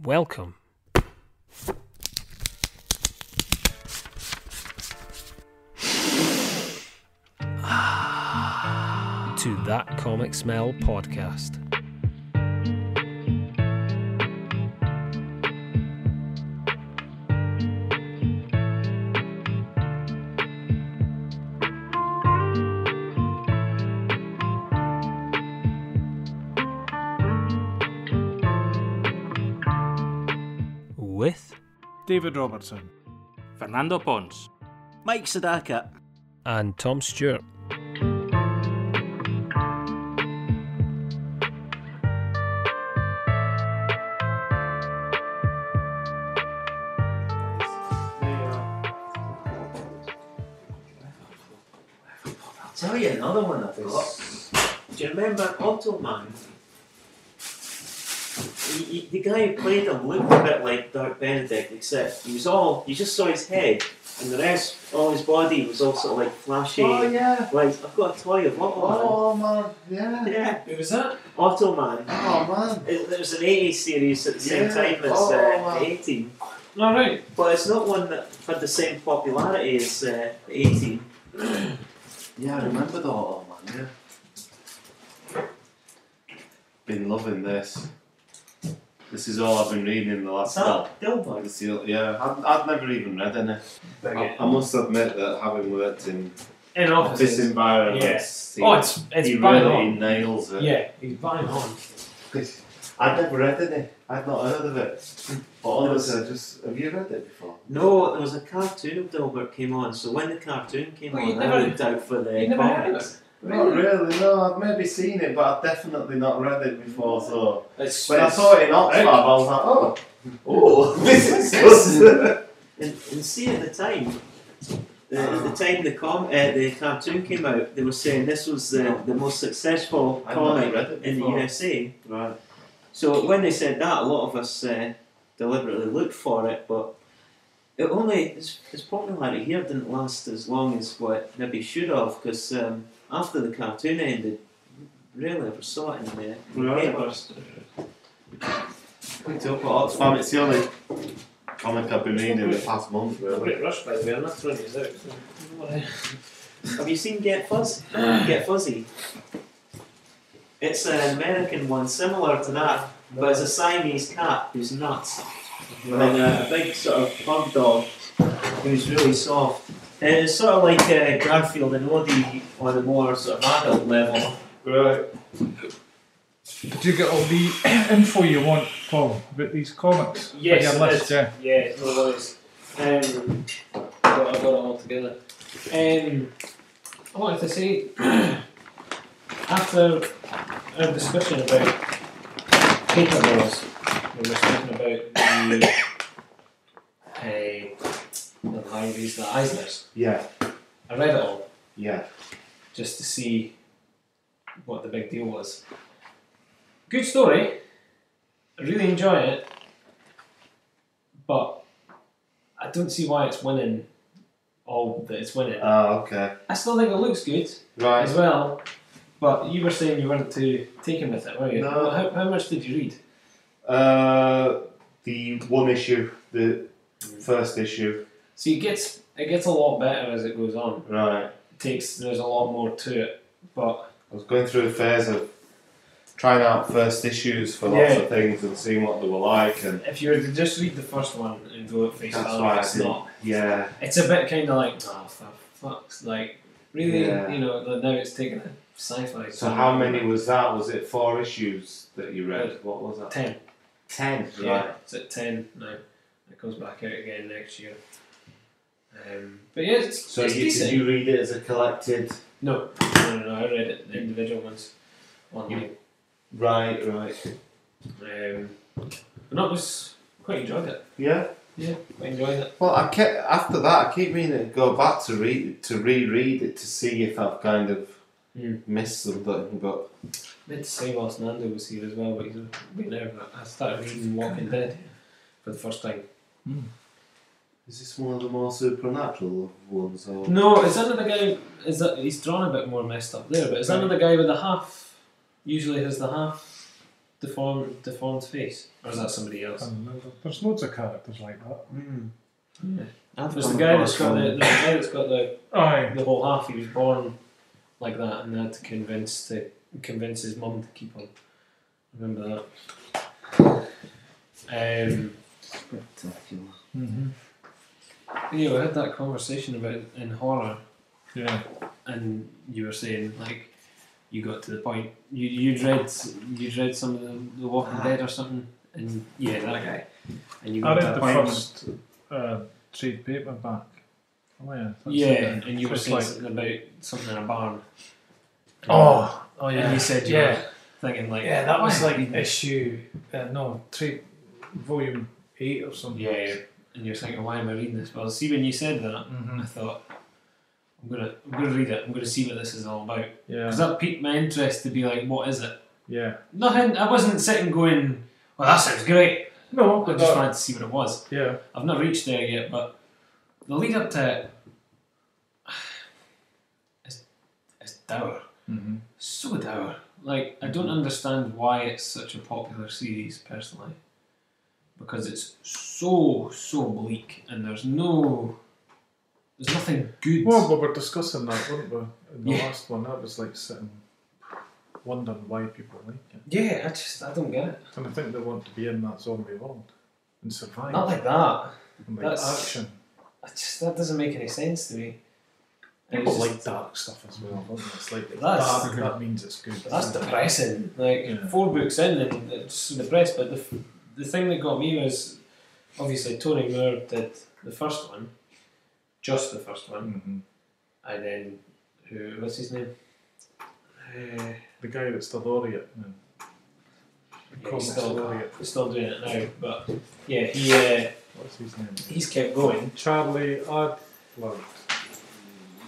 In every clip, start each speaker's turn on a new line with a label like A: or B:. A: Welcome. to That Comic Smell podcast. With
B: David Robertson.
C: Fernando Pons.
D: Mike Sadaka.
A: and Tom Stewart.
D: Tell you another one I've got. Do you remember Automan? He, he, the guy who played him looked a bit like Dirk Benedict, except he was all, you just saw his head, and the rest, all his body was all sort of like flashy.
E: Oh yeah.
D: Like, I've got a toy of Automan.
E: Oh man, yeah.
D: Yeah,
B: Who was that?
D: Automan.
E: Oh man.
D: It, it was an 80s series at the same
E: Yeah,
D: time as uh,
E: Automan.
D: the 18.
B: Oh, All right.
D: But it's not one that had the same popularity as uh, 18.
E: Yeah, I remember the oh man. Yeah. Been loving this. This is all I've been reading in the last.
D: Sal Dilbert.
E: It's the- Yeah, I've, I've never even read any. I, I must admit that having worked in
B: In
E: this
B: offices.
E: environment,
B: Yes.
E: he,
B: Oh, it's it's
E: he
B: bang
E: really
B: on.
E: nails it.
B: Yeah, he's bang on.
E: Because I'd never read any. I'd not heard of it. But honestly, I just have you read it before?
D: No, there was a cartoon of Dilbert came on, so when the cartoon came
B: Well,
D: on,
B: you'd
D: I
B: never-
D: looked out for the
B: you'd never heard of
D: comics.
E: Not really, no. I've maybe seen it, but I've definitely not read it before. So
B: It's,
E: when I
B: it's-
E: saw it in Oxford, I was like, oh, oh, this is good.
D: And, and see, at the time, the, at the time the com uh, the cartoon came out, they were saying this was the, the most successful
E: I'd not
D: comic
E: read it
D: in the
E: before.
D: USA.
E: right.
D: So when they said that, a lot of us uh, deliberately looked for it, but it only his, his popularity here didn't last as long as what it maybe should have, because um, after the cartoon ended, really ever saw it in the papers.
E: Picked up at Oxfam. It's the only comic I've been reading in the past month,
B: It's a
E: really.
B: bit rushed by the way, I'm not throwing these out.
D: Have you seen Get Fuzz? Get Fuzzy. It's an American one similar to that, but it's a Siamese cat who's nuts. And a, a big sort of pug dog who's really soft. And it's sort of like uh, Garfield and Odie on a more sort of adult level.
E: Right.
F: Do you get all the info you want, Paul, about these comics?
B: Yes,
F: Like your list,
B: it's-
F: yeah.
B: Yeah, no worries. Um, I got, I got it all together. Um, I wanted to say, after our discussion about paper mills, we were speaking about the, uh, the libraries, the Eisners.
E: Yeah,
B: I read it all
E: yeah.
B: just to see what the big deal was. Good story. I really enjoy it. But I don't see why it's winning all that it's winning.
E: Oh, okay.
B: I still think it looks good as
E: Right.
B: well. But you were saying you weren't too taken with it, were you?
E: No.
B: How, how much did you read?
E: Uh, the one issue, the first issue.
B: So it gets it gets a lot better as it goes on.
E: Right.
B: It takes there's a lot more to it. But
E: I was going through a phase of trying out first issues for lots
B: Yeah.
E: of things and seeing what they were like, and
B: if you were to just read the first one and go at face
E: That's
B: value,
E: why I
B: it's
E: didn't.
B: not
E: yeah.
B: It's a bit kind of like, oh, for fuck's like, really,
E: Yeah.
B: you know, like now it's taken a sci fi.
E: So how many was that? Was it four issues that you read? What was that?
B: 10.
E: Ten. Right.
B: Yeah, it's at 10 now. It comes back out again next year. Um, but yeah, it's,
E: So
B: it's
E: you,
B: decent.
E: did you read it as a collected?
B: No, no, no, no, I read it, the individual ones online.
E: Right, right.
B: Um, but no, it was quite enjoyed it.
E: Yeah.
B: Yeah, quite enjoyed it.
E: Well, I kept after that. I keep meaning to go back to read to reread it to see if I've kind of
B: Hmm.
E: missed something, but
B: meant to say whilst Nando was here as well, but he's been there. but I started reading Walking Dead for the first time.
E: is this one of the more supernatural ones? Or
B: No, it's another guy. Is that he's drawn a bit more messed up there? But it's another guy with the half. Usually has the half deformed, deformed face? Or is that somebody
F: I
B: else?
F: can't remember. There's loads of characters like that.
E: Hmm. I've
B: There's
E: come
B: the guy
E: across
B: that's got the,
E: one.
B: the guy that's got the,
F: Aye.
B: the whole half. He was born like that, and had to convince to convince his mum to keep him. Remember that. Um,
E: Spectacular.
F: hmm
B: yeah, we had that conversation about it in horror,
F: Yeah.
B: and you were saying like you got to the point you you read you read some of the, the Walking
D: Ah.
B: Dead or something, and yeah, that guy. And you got
F: I
B: to
F: read
B: that
F: the
B: point. when-
F: first uh, trade paperback. Oh, yeah. that's
B: yeah,
F: it.
B: and you were
F: It's
B: saying
F: like-
B: something about something in a barn.
F: Oh, oh yeah.
B: And you said you
F: yeah,
B: were thinking like
F: yeah. That was like issue uh, no trade volume eight or something.
B: Yeah, yeah. And you're thinking, why am I reading this? Well, see, when you said that,
F: hmm
B: I thought, I'm gonna, I'm gonna read it. I'm gonna see what this is all about. Because
F: Yeah.
B: that piqued my interest to be like, what is it?
F: Yeah.
B: Nothing. I wasn't sitting going, well, that sounds great.
F: No,
B: I
F: but
B: just
F: that,
B: wanted to see what it was.
F: yeah.
B: I've not reached there yet, but the lead up to it is, is dour.
F: Mm-hmm.
B: So dour. Like, I don't understand why it's such a popular series, personally. Because it's so, so bleak, and there's no. There's nothing good.
F: Well, we were discussing that, weren't we? In the
B: Yeah.
F: last one, that was like sitting wondering why people like it,
B: yeah, I just. I don't get it.
F: and I think they want to be in that zombie world and survive
B: Not like that.
F: and like
B: that's-
F: action.
B: I just, that doesn't make any sense to me. And
F: People
B: it's
F: like
B: just-
F: dark stuff as well, don't they? It's like it's
B: That's-
F: dark, that means it's good.
B: That's depressing. Like
F: Yeah.
B: four books in, and it's depressed. But the, f- the thing that got me was obviously Tony Moore did the first one, just the first one,
F: hmm
B: and then who? What's his name? Uh,
F: The guy that's the laureate. Man.
B: yeah,
F: Comics
B: he's still,
F: laureate.
B: he's still doing it now, but yeah, he uh,
F: What's his name? Oh,
B: he's kept going.
F: Charlie Adlard.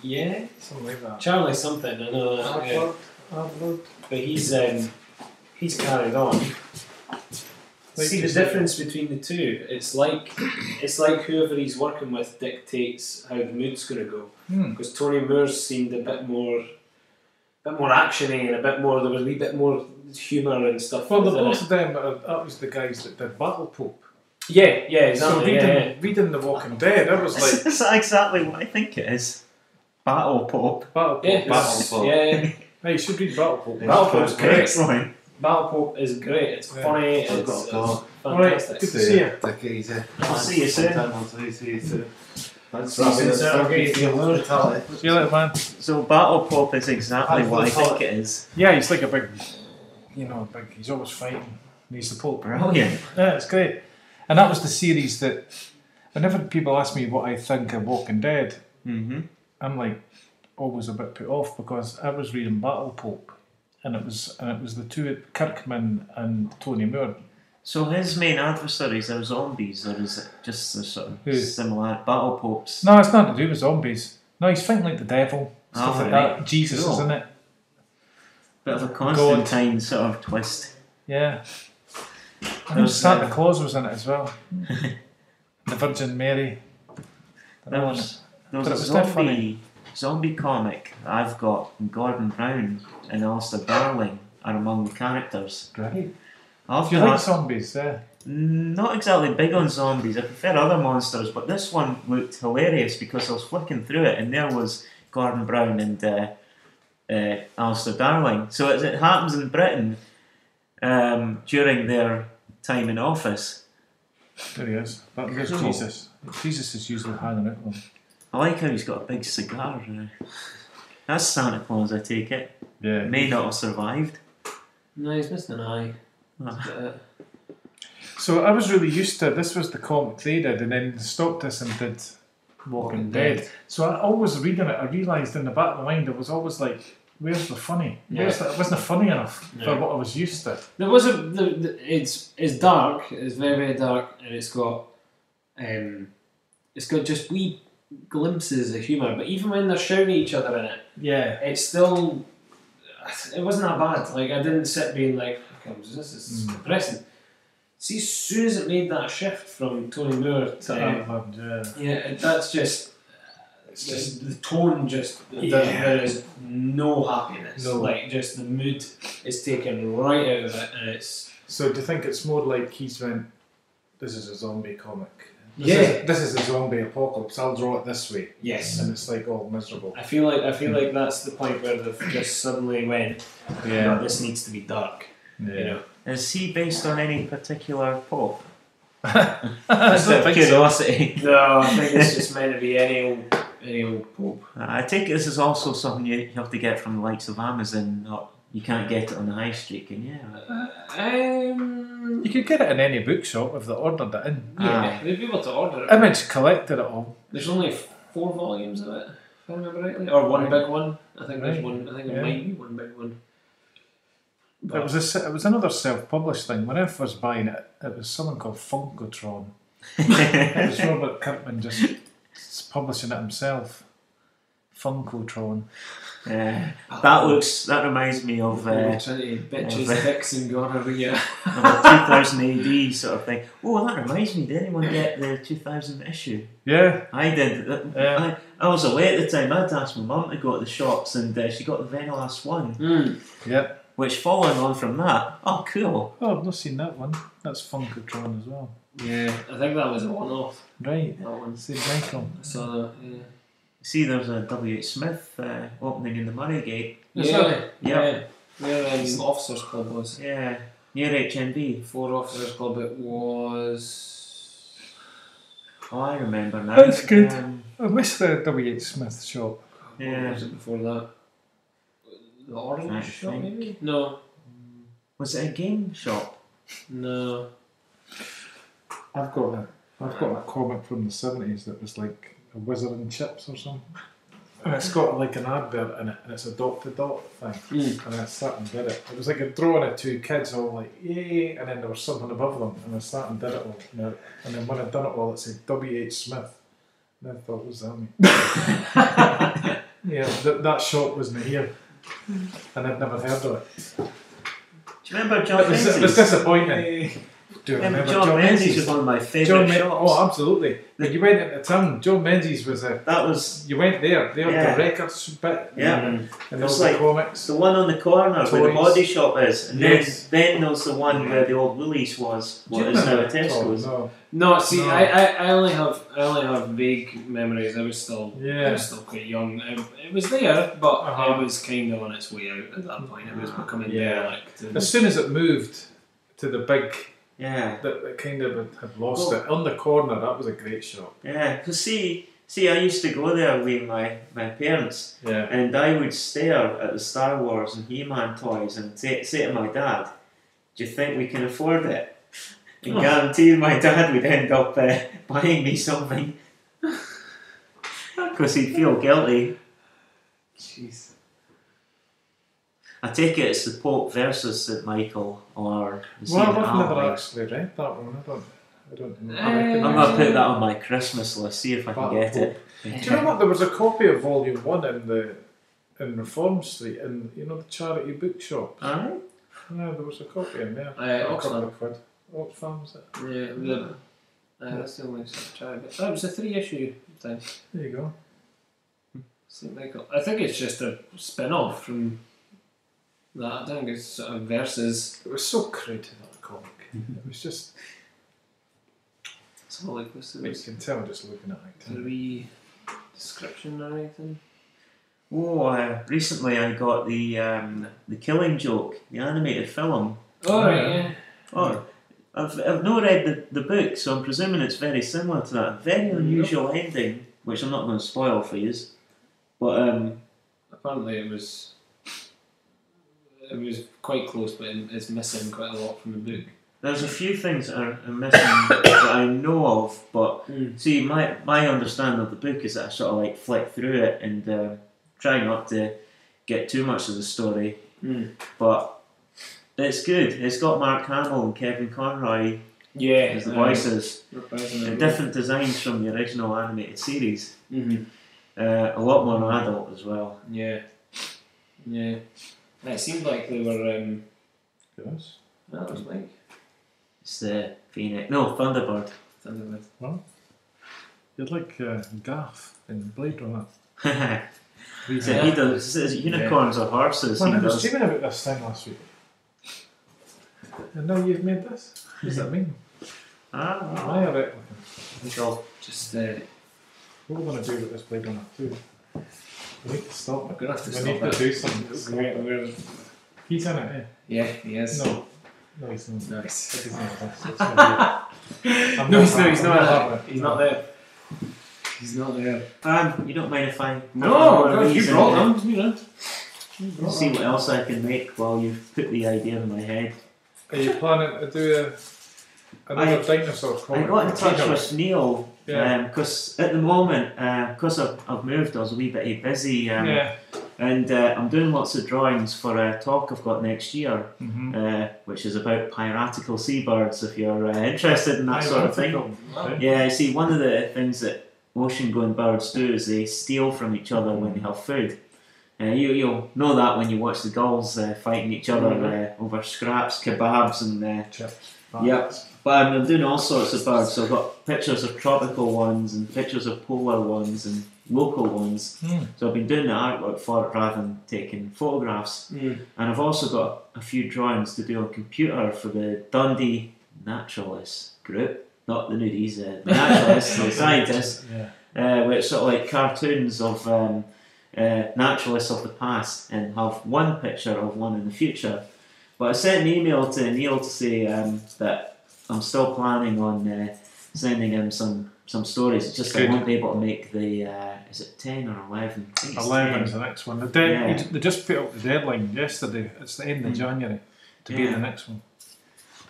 B: Yeah,
F: Something like that.
B: Charlie something. I know that. yeah.
F: Adlard? Adlard?
B: but he's um, he's carried on. See the
F: just-
B: difference between the two. It's like it's like whoever he's working with dictates how the mood's going to go.
F: Hmm.
B: Because Tony Moore seemed a bit more, bit more actiony and a bit more. There was a wee bit more humour and stuff.
F: Well, the
B: within
F: both
B: it.
F: of them, uh, that was the guys that did Battle Pope.
B: yeah, yeah,
F: so
B: exactly.
F: reading,
B: yeah, yeah.
F: reading The Walking Dead, I was like,
E: Is that exactly what I think it is? Battle Pop.
F: Battle Pope.
B: Yeah,
E: Battle
B: it's-
E: Pope.
B: yeah, yeah.
F: Hey, you should read Battle Pope.
B: Battle Pop's great.
E: Excellent.
B: Battle Pope is great. It's
F: Yeah.
B: funny. It's,
E: I've
B: it's
E: got to go.
B: fantastic.
F: Alright, good to see you.
E: Take it easy.
D: I'll see you soon.
E: Sometime I'll see you soon. That's
B: See you soon, sir.
E: Thank
B: Okay,
E: you for
B: see you
E: your
B: later.
E: hospitality.
F: See you later, man.
D: So Battle Pop is exactly
E: I've
D: what I
E: thought-
D: think it is.
F: Yeah, he's like a big, you know, big. He's always fighting. And he's the Pope.
D: Brilliant.
F: Yeah, it's great. And that was the series that, whenever people ask me what I think of Walking Dead,
E: Mm-hmm.
F: I'm like always a bit put off because I was reading Battle Pope, and it was and it was the two Kirkman and Tony Moore.
D: So his main adversaries are zombies, or is it just a sort of
F: Who?
D: similar Battle Pops?
F: Hmm. No, it's nothing to do with zombies. No, he's fighting like the devil, stuff
D: Oh,
F: like
D: right.
F: that. Jesus
D: Cool.
F: is in it.
D: Bit of a Constantine sort of twist.
F: Yeah. I
D: That
F: know
D: was,
F: Santa
D: uh,
F: Claus was in it as well. the Virgin Mary. They're
D: There
F: all in
D: was, there was
F: But
D: a
F: it was dead
D: zombie,
F: funny.
D: zombie comic that I've got from Gordon Brown and Alistair Darling are among the characters.
F: it. Right. Do
D: After
F: you like
D: that,
F: zombies? Yeah.
D: not exactly big on zombies. I prefer other monsters, but this one looked hilarious because I was flicking through it and there was Gordon Brown and uh, uh, Alistair Darling. So as it happens in Britain um, during their time in office,
F: There he is. That was
D: Cool.
F: Jesus. Jesus is usually hanging out with him.
D: I like how he's got a big cigar. uh, That's Santa Claus, I take it.
F: Yeah.
D: May not have survived.
B: No, he's missed an eye.
D: Ah.
B: Uh,
F: So I was really used to this was the comic they did, and then they stopped us and did Walking
B: Walking
F: Dead.
B: Dead.
F: So I always reading it, I realised in the back of my mind, I was always like, "Where's the funny? Where's the, it wasn't funny enough for
B: Yeah.
F: what I was used to."
B: There was a the, the, it's it's dark. It's very very dark, and it's got um, it's got just wee glimpses of humour. But even when they're shouting at each other in it,
F: Yeah.
B: it's still it wasn't that bad. Like I didn't sit being like, "Fuck, this is depressing. See, as soon as it made that shift from Tony Moore to um,
F: yeah.
B: yeah, that's just. It's just the tone. Just
F: Yeah.
B: there, there is no happiness.
F: No.
B: Like just the mood is taken right out of it, and it's
F: So do you think it's more like he's went, this is a zombie comic? This
B: Yeah.
F: Is, this is a zombie apocalypse. I'll draw it this way.
B: Yes.
F: And it's like all miserable.
B: I feel like I feel like that's the point where they've just suddenly went. "No, this needs to be dark.
F: Yeah.
B: You know.
D: Is he based on any particular pope?
F: That's
D: Just
F: the
D: out
F: thing.
D: of curiosity.
B: No, I think it's just meant to be any old any old pope.
D: Uh, I take it this is also something you you have to get from the likes of Amazon. Not you can't get it on the high street, can you?
B: Um,
F: You could get it in any bookshop if they ordered it in.
B: yeah, they'd be able to order it.
F: Image collected it all.
B: There's only four volumes of it, if I remember rightly, or one big one. I think there's
F: Right.
B: one. I think there
F: Yeah.
B: might be one big one.
F: It was a, se- it was another self-published thing. When I first buying it, it was something called Funkotron. it was Robert Kirkman just s- publishing it himself. Funkotron.
D: Uh, that looks. That reminds me of.
B: We
D: Uh,
B: were trying to bitches,
D: uh,
B: dicks, and gonorrhea.
D: of a 2000 AD sort of thing. Oh, that reminds me. Did anyone get the 2000 issue?
F: Yeah,
D: I did. Uh,
F: Yeah.
D: I, I was away at the time. I had to ask my mum to go to the shops, and uh, she got the very last one.
B: Mm.
F: yeah.
D: Which, following on from that, oh, cool.
F: Oh, I've not seen that one. That's Funkotron as well.
B: Yeah, I think that was a one-off.
F: Right.
B: That one.
F: St. Michael.
B: I saw that. Yeah.
D: See, there's a W. H. Smith uh, opening in the Murraygate.
F: Is
B: Yeah, yeah.
D: Yeah.
B: Where um, officers club was.
D: Yeah, near HMV.
B: Before officers club, it was.
D: Oh, I remember now.
F: That's good.
D: Um,
F: I miss the W.H. Smith shop.
D: Yeah.
B: What was it before that? The orange
D: I
B: shop,
D: think-
B: maybe? No,
D: was it a game shop?
B: no.
F: I've got a, I've got a comic from the seventies that was like a wizard and chips or something. And it's got like an advert in it, and it's a dot to dot thing.
B: Mm.
F: And I sat and did it. It was like a drawing of two kids all like yay, and then there was something above them, and I sat and did it all. And, I- and then when I'd done it all, it said W H Smith. And I thought, what's that mean? yeah, th- that shop wasn't here, and I'd never heard of it.
D: Do you remember John
F: It was, it was
D: Menzies?
F: disappointing. Do you
D: Remember
F: remember
D: John, Menzies was
F: Menzies?
D: one of my favourite
F: John Men-
D: shops.
F: oh, absolutely. When you went at the town, John Menzies was a.
D: that was
F: You went there. They had
D: Yeah.
F: the records bit.
D: yeah.
F: And
D: It
F: there
D: was
F: was
D: like-
F: the comics.
D: It's the one on the corner where the
F: Toys.
D: body shop is, and
F: Yes. Mm-hmm.
D: then then there's the one where the old Woolies was,
F: Do you
D: what is now
F: remember
D: a
F: that, Tom?
D: Tesco's.
F: No.
B: No, see,
F: No.
B: I, I, I only have I only have vague memories. I was still I
F: Yeah.
B: was still quite young. It, it was there, but
F: Uh-huh.
B: it was kind of on its way out at that point. It
D: Ah.
B: was becoming
F: Yeah.
B: derelict. and-
F: As soon as it moved to the big,
D: Yeah,
F: that that kind of had lost
D: Well-
F: it on the corner. That was a great shop.
D: yeah. 'Cause see, see, I used to go there with my, my parents,
F: Yeah.
D: and I would stare at the Star Wars and He-Man toys and say, say to my dad, "Do you think we can afford it?" And
B: Oh.
D: guaranteed, my dad would end up uh, buying me something because he'd feel guilty.
B: Jeez.
D: I take it it's the Pope versus St Michael or the
F: Well,
D: Saint
F: I've never
D: Alban.
F: actually read that one. I don't. I don't. know.
B: Eh.
F: I reckon-
D: I'm gonna put that on my Christmas list. See if I can
F: But-
D: get it.
F: Do you know what? There was a copy of Volume One in the in Reform Street, in you know the charity bookshop.
D: Alright.
F: No, there was a copy in there.
B: Aye,
F: For a
B: Oxfam.
F: couple of quid. Oxfam, is it?
B: Yeah, the, uh, that's the only tried. But that was a three issue thing.
F: There you go.
B: St Michael. I think it's just a spin off from that. I don't think it's sort of versus.
F: It was so creative that comic. it was just
B: It's all like this.
F: you can tell just looking at it.
B: three description or anything.
D: Oh, uh, recently I got the um, the Killing Joke, the animated film.
B: Oh, right,
F: yeah.
B: yeah.
D: Oh, I've I've not read the, the book, so I'm presuming it's very similar to that. Very unusual ending, which I'm not going to spoil for you. But um,
B: Apparently, it was. It was quite close, but it- it's missing quite a lot from the book.
D: there's a few things that are, are missing that I know of. But
B: Mm.
D: see, my my understanding of the book is that I sort of like flick through it and uh, try not to get too much of the story. but it's good. It's got Mark Hamill and Kevin Conroy
B: Yeah,
D: as the voices. They're
B: Mm-hmm.
D: different designs from the original animated series. Uh, a lot more adult as well.
B: Yeah, yeah. And It seemed like they were. Um,
F: Yes.
B: that was Mike.
D: It's the Phoenix, no Thunderbird.
B: Thunderbird.
F: You're like uh, Gaff in Blade Runner.
D: Is it- he does- is it unicorns or horses.
F: When
D: He
F: I was
D: does.
F: dreaming about this thing last week, And now you've made this? What does that mean?
D: Ah,
F: I reckon.
D: we shall
B: Just uh,
F: What are we going to do with this blade runner too? We need to stop it.
B: We're gonna have to
F: we
B: stop
F: need
B: it.
F: to do something. We're, we're- He's in it,
B: yeah, he
F: eh?
B: is.
F: No. No, he's not.
B: Nice.
F: He's not. It's- it's not good. I'm
B: No, he's not.
F: having
B: He's
F: it.
B: not.
F: I'm
B: there.
F: having it.
B: He's not there. He's not there.
D: Um, you don't mind if I
B: No,
D: one of
B: you
D: these in
B: brought
D: there?
B: them. You know. You brought
D: See
B: them.
D: what else I can make while you've put the idea in my head.
F: Are you planning to do a, another
D: I-
F: dinosaur comic?
D: I got in touch
F: Tigers?
D: with Neil
F: Yeah.
D: because at the moment, because I've, I've moved, I was a wee bit busy, um,
F: Yeah.
D: and uh, I'm doing lots of drawings for a talk I've got next year,
F: Mm-hmm.
D: uh, which is about piratical seabirds. If you're uh, interested in that sort of thing, yeah. See, one of the things that ocean-going birds do is they steal from each other when they have food. Uh, you, you'll know that when you watch the gulls uh, fighting each other uh, over scraps, kebabs, and uh, Yep. But I'm doing all sorts of birds. So I've got pictures of tropical ones and pictures of polar ones and local ones.
F: Hmm.
D: So I've been doing the artwork for it rather than taking photographs.
B: Mm.
D: And I've also got a few drawings to do on computer for the Dundee Naturalists group. Not the nudies, uh, the naturalists, the scientists,
F: Yeah.
D: uh, where it's sort of like cartoons of um, uh, naturalists of the past and have one picture of one in the future. But I sent an email to Neil to say um, that I'm still planning on uh, sending him some, some stories. It's just I
F: Good.
D: won't be able to make the uh, is it ten or eleven? I think it's 10.
F: 11 is the next one. The dead,
D: Yeah.
F: They just put up the deadline yesterday. It's the end of
D: Mm.
F: January to be
D: Yeah.
F: the next one.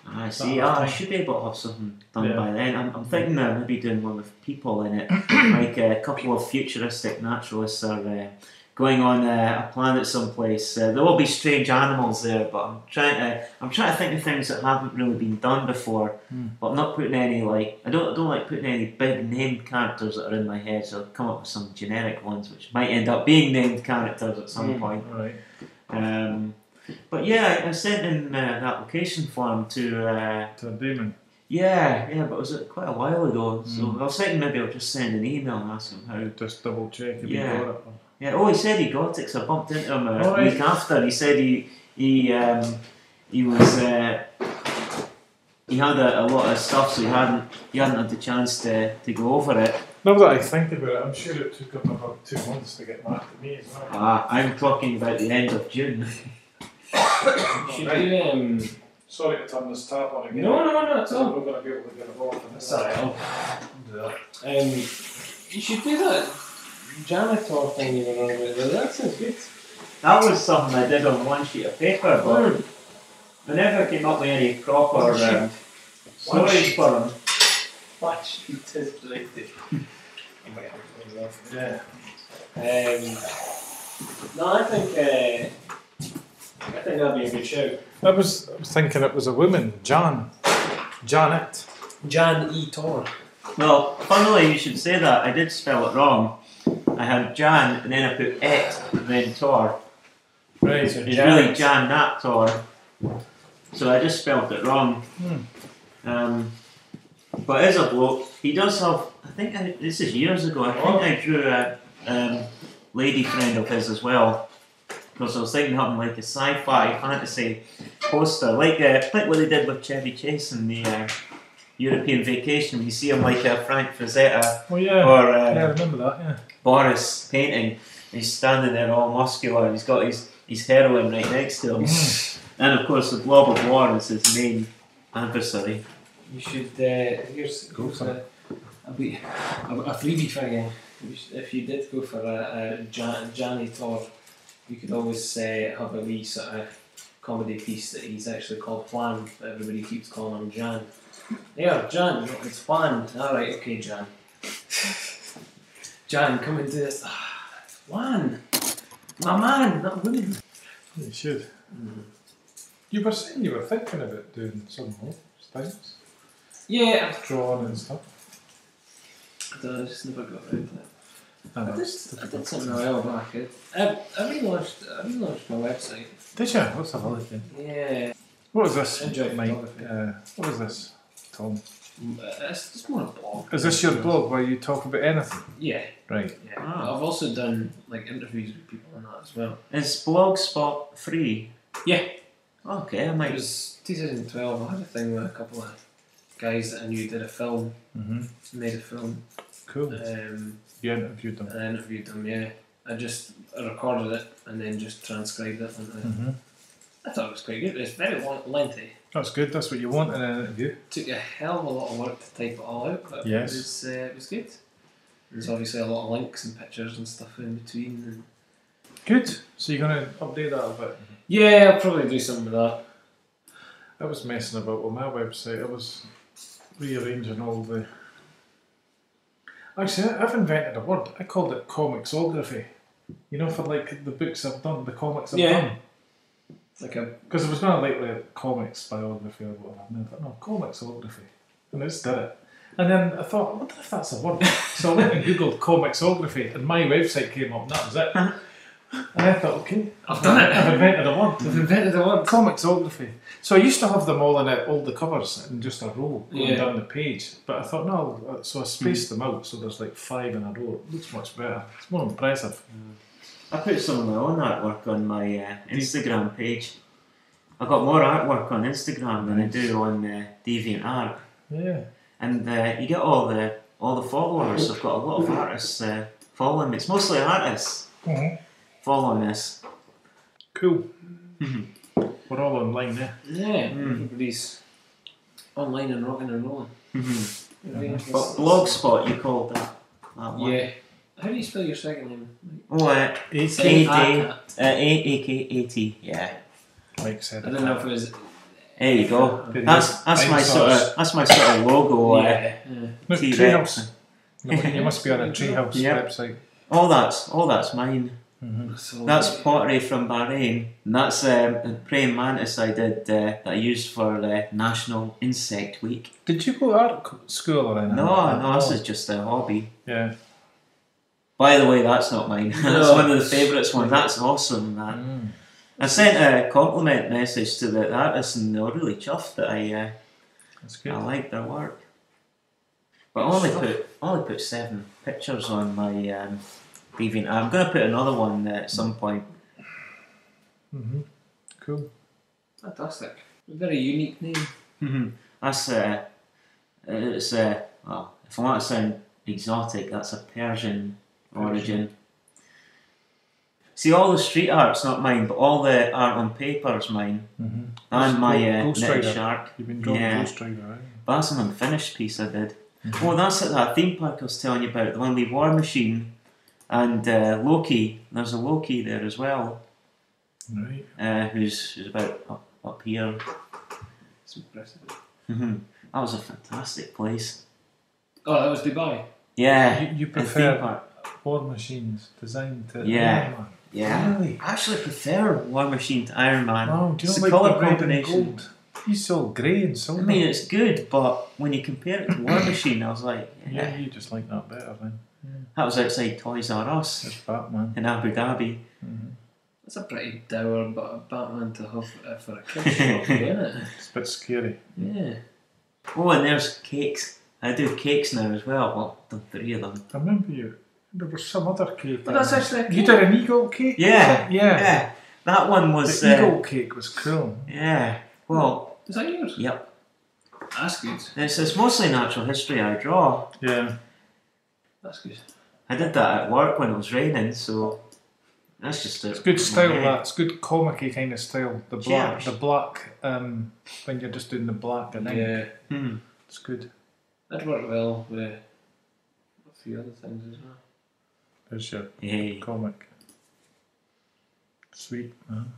D: I see.
F: That
D: Ah, I
F: thing.
D: should be able to have something done
F: Yeah.
D: by then. I'm, I'm thinking that maybe doing one with people in it, like a couple of futuristic naturalists are uh, going on uh, a planet someplace. Uh, there will be strange animals there, but I'm trying to I'm trying to think of things that haven't really been done before.
F: Hmm.
D: But I'm not putting any like I don't I don't like putting any big named characters that are in my head. So I'll come up with some generic ones which might end up being named characters at some
B: Hmm.
D: point.
F: Right.
D: Um, but yeah, I, I sent in uh, an application form to. Uh,
F: To Damon.
D: yeah, yeah, but it was uh, quite a while ago. So
F: Mm.
D: I was thinking maybe I'll just send an email and ask him how.
F: Just double check if
D: Yeah.
F: you got it.
D: Yeah. Oh, he said he got it. 'cause I bumped into him a
F: Oh, right.
D: week after. He said he he um, he was uh, he had a, a lot of stuff, so he hadn't he hadn't had the chance to, to go over it.
F: Now that I think about it, I'm sure it took him about two months to get back to me as well.
D: Ah, I'm talking about the end of June.
B: Should you, um,
F: Sorry to turn this tap on again.
B: no, no, no, at all.
F: So we're going to be able to get it off. and it's-
B: Sorry. I'll- Um, you should do that janitor thing you were on about there. That sounds good.
D: That was something I did on one sheet of paper,
F: Hmm.
D: but I never came up with any proper um, stories for them.
B: Watch you tis directed.
F: Yeah.
B: Um, no, I think uh, I think that'd be a good show.
F: I was I was thinking it was a woman, Jan. Janet.
B: Jan E. Tor.
D: Well, funnily, you should say that. I did spell it wrong. I had Jan, and then I put et, and then Tor.
F: Right.
D: It's really Jan Nat Tor. So I just spelled it wrong. Um, but as a bloke, he does have. I think I, this is years ago. I think I drew a um, lady friend of his as well. Because I was thinking of having like a sci-fi fantasy poster, like uh, like what they did with Chevy Chase in the uh, European Vacation. You see him like a Frank Frazetta
F: Oh, yeah.
D: or
F: yeah, I
D: uh,
F: remember that, yeah.
D: Boris painting. He's standing there all muscular, and he's got his, his heroine right next to
F: Um,
D: him.
F: Mm.
D: and of course, the blob of war is his main adversary.
B: You should uh, here's,
F: Go
B: here's
F: for
B: a, a, bit- a, a freebie for you. You should- If you did go for a, a Jan, Jan E. Tor, you could always uh, have a wee sort of comedy piece that he's actually called Plan, but everybody keeps calling him Jan. Yeah, Jan, it's Plan. Alright, okay, Jan. Jan, come and do this. Ah, Plan! My man, that woman.
F: You should. Mm. You were saying you were thinking about doing some more things,
B: Yeah,
F: drawing and stuff.
B: I don't know, I just never got around to it.
F: I
B: I
F: know.
B: did, I did something a while back. It, I, I relaunched, I relaunched my website.
F: Did you? What's the other thing?
B: Yeah,
F: What was this,
B: Enjoy
F: Mike?
B: photography.
F: Uh, what was this, Tom?
B: Mm, uh, it's just more a blog.
F: Is this your blog where you talk about anything?
B: Yeah,
F: Right.
B: yeah.
F: Ah.
B: I've also done like interviews with people and that as well.
D: Is Blogspot free?
B: Yeah.
D: Okay, I
B: It
D: might.
B: was 2012. I had a thing with a couple of guys that I knew did a film,
F: Mm-hmm.
B: made a film.
F: Cool.
B: Um,
F: You interviewed them.
B: and I interviewed them. Yeah, I just I recorded it and then just transcribed it. And I,
F: Mm-hmm.
B: I thought it was quite good. It's very long, lengthy.
F: That's good. That's what you want in an interview.
B: took a hell of a lot of work to type it all out, but
F: Yes.
B: it was uh, it was good. There's obviously a lot of links and pictures and stuff in between. And
F: Good. So you're going to update that a bit.
B: yeah, I'll probably do something with that.
F: I was messing about with my website. I was rearranging all the. Actually, I- I've invented a word. I called it comicsography. You know, for like the books I've done, the comics I've
B: Yeah.
F: done.
B: Like a
F: Because it was going to like the comics biography or whatever, and I thought, no, comicsography. And it's did it. And then I thought, I wonder if that's a word. so I went and googled comicsography, and my website came up, and that was it. and I thought, okay,
B: I've done it.
F: I've invented a word.
B: I've Uh-huh. invented a word.
F: Comicsography. So I used to have them all in it, all the covers in just a row going
B: Yeah. Hmm.
F: down the page. But I thought, no, uh, so I spaced them out, so there's like five in a row. It looks much better. It's more impressive.
D: I put some of my own artwork on my uh, Instagram page. I got more artwork on Instagram than I do on uh, DeviantArt,
F: Yeah.
D: and uh, you get all the all the followers. I've got a lot of artists uh, following me. It's mostly artists
F: Mhm.
D: following this.
F: Cool. Mm-hmm. We're all online now.
B: Yeah,
D: Mm.
B: everybody's online and rocking and rolling.
D: Mhm.
B: Everybody's-
D: But Blogspot, you called that. that one.
B: Yeah. How do you spell your second name?
D: Oh, uh,
F: Eight.
D: A-D, uh,
B: Aka.
D: A-A-K-A-T, yeah.
F: Mike said
B: I
F: it.
B: don't know if it was.
D: There you go.
F: Did
D: That's
F: you-
D: that's my
F: Dinosaurs.
D: sort of that's my sort of logo. Uh,
B: yeah. yeah.
F: No,
D: T-Rex.
F: treehouse. No, you must be on a treehouse
D: Yeah.
F: website.
D: all that's all that's mine.
B: So-
D: That's pottery from Bahrain. And that's um, the praying mantis I did uh, that I used for uh, National Insect Week.
F: Did you go to art co- school
B: Ah.
F: or anything?
D: No,
F: like that?
D: no, this is just a hobby.
F: Yeah.
D: By the way, that's not mine. that's
B: No.
D: one of the favourites ones. That's awesome. That
F: Mm.
D: I sent a compliment message to the artist, and they were really chuffed that I uh,
F: That's good.
D: I like their work. But I only put I only put seven pictures on my um, Deviant. I'm going to put another one at some point.
F: hmm Cool.
B: fantastic. A very unique name.
D: Mm-hmm. that's uh, it's uh, well, if I want to sound exotic, that's a Persian origin. See, all the street art's not mine, but all the art on paper is mine,
F: Mm-hmm.
D: and my
F: Ghost-
D: uh,
F: Ghost
D: knitted
F: Rider.
D: shark.
F: You've been drawing
D: Yeah.
F: yeah. Ghost Rider, right?
D: But that's an unfinished piece I did. Oh, that's at that theme park I was telling you about, the one with War Machine and uh, Loki. There's a Loki there as well,
F: Right.
D: uh, who's, who's about up, up here.
B: It's impressive.
D: Mhm. that was a fantastic place.
B: Oh, that was Dubai.
D: Yeah,
F: You, you
D: a theme
F: prefer
D: park.
F: war machines designed to
D: Yeah.
F: Iron Man.
D: Yeah.
F: Really?
D: I actually prefer War Machine to Iron Man.
F: Oh, do you
D: Um,
F: not
D: it's the
F: like
D: colour
F: the red and
D: combination.
F: gold? You saw grey and
D: I
F: silver.
D: mean, it's good, but when you compare it to War Machine, I was like, yeah.
F: yeah, you just like that better then.
D: That was outside Toys R Us
F: It's Batman.
D: in Abu Dhabi.
B: That's a pretty dour but a Batman to have uh, for a kid's shop, isn't it?
F: It's a bit scary.
B: Yeah.
D: Oh, and there's cakes. I do cakes now as well. Well, I've done three of them.
F: I remember you. There was some other cake.
B: But that's
F: I-
B: actually a
F: You
B: cake.
F: did an eagle cake?
D: Yeah,
F: Yeah.
D: That one was.
F: The
D: Uh,
F: eagle cake was cool.
D: yeah. Well,
B: Is that yours?
D: yep.
B: That's good.
D: It's, it's mostly natural history I draw.
F: Yeah.
B: That's good.
D: I did that at work when it was raining, so that's just
F: It's good style. That it's good comic-y kind of style. The black,
D: Cheers.
F: the black. Um, when you're just doing the black and then
B: Yeah.
D: Hmm.
F: it's good.
B: That worked well with a few other things as well.
F: There's your
D: Hey.
F: comic. Sweet man.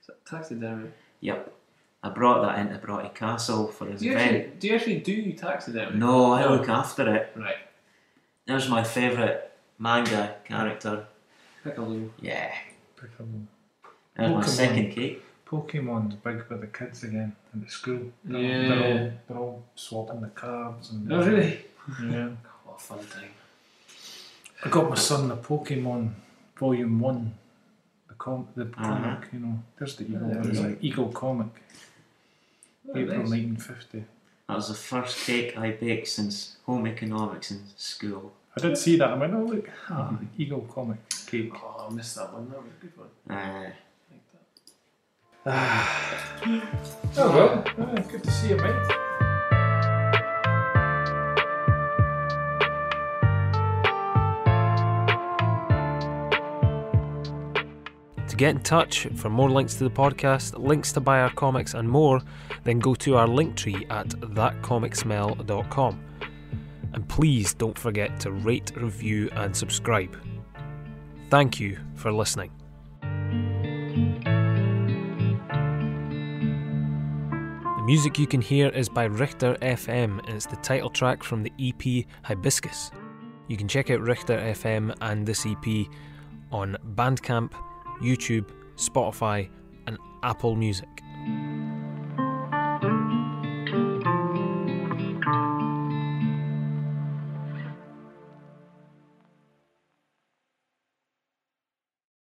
B: Is that taxidermy?
D: Yep. I brought that into Broughty Castle for his
B: Do you,
D: event.
B: actually, do you actually do taxidermy?
D: No, I look after it.
B: Right.
D: There's my favourite manga character.
B: Pick a loo.
D: Yeah.
F: Become
D: There's my
F: Pokemon.
D: second cake.
F: Pokemon's big with the kids again in the school. They're,
B: Yeah.
F: they're all they're all swapping the cards and.
B: Oh, really?
F: Yeah.
B: What a fun time.
F: I got my son the Pokemon Volume One, the com the comic. You know, there's the eagle.
B: Yeah,
F: There's
B: yeah.
F: like eagle Altså, comic.
B: Oh,
F: April
B: nice.
F: 1950.
D: That was the first cake I baked since home economics in school.
F: I did see that. I went, oh look, ah, eagle comic cake.
B: Oh, I missed that one. That was a good one.
D: Uh,
F: Oh well, Ah, good to see you, mate.
B: To get in touch for more links to the podcast, links to buy our comics, and more, then go to our link tree at thatcomicsmell.com. And please don't forget to rate, review, and subscribe. Thank you for listening. The music you can hear is by Richter FM and it's the title track from the EP Hibiscus. You can check out Richter FM and this E EP on Bandcamp, YouTube, Spotify, and Apple Music.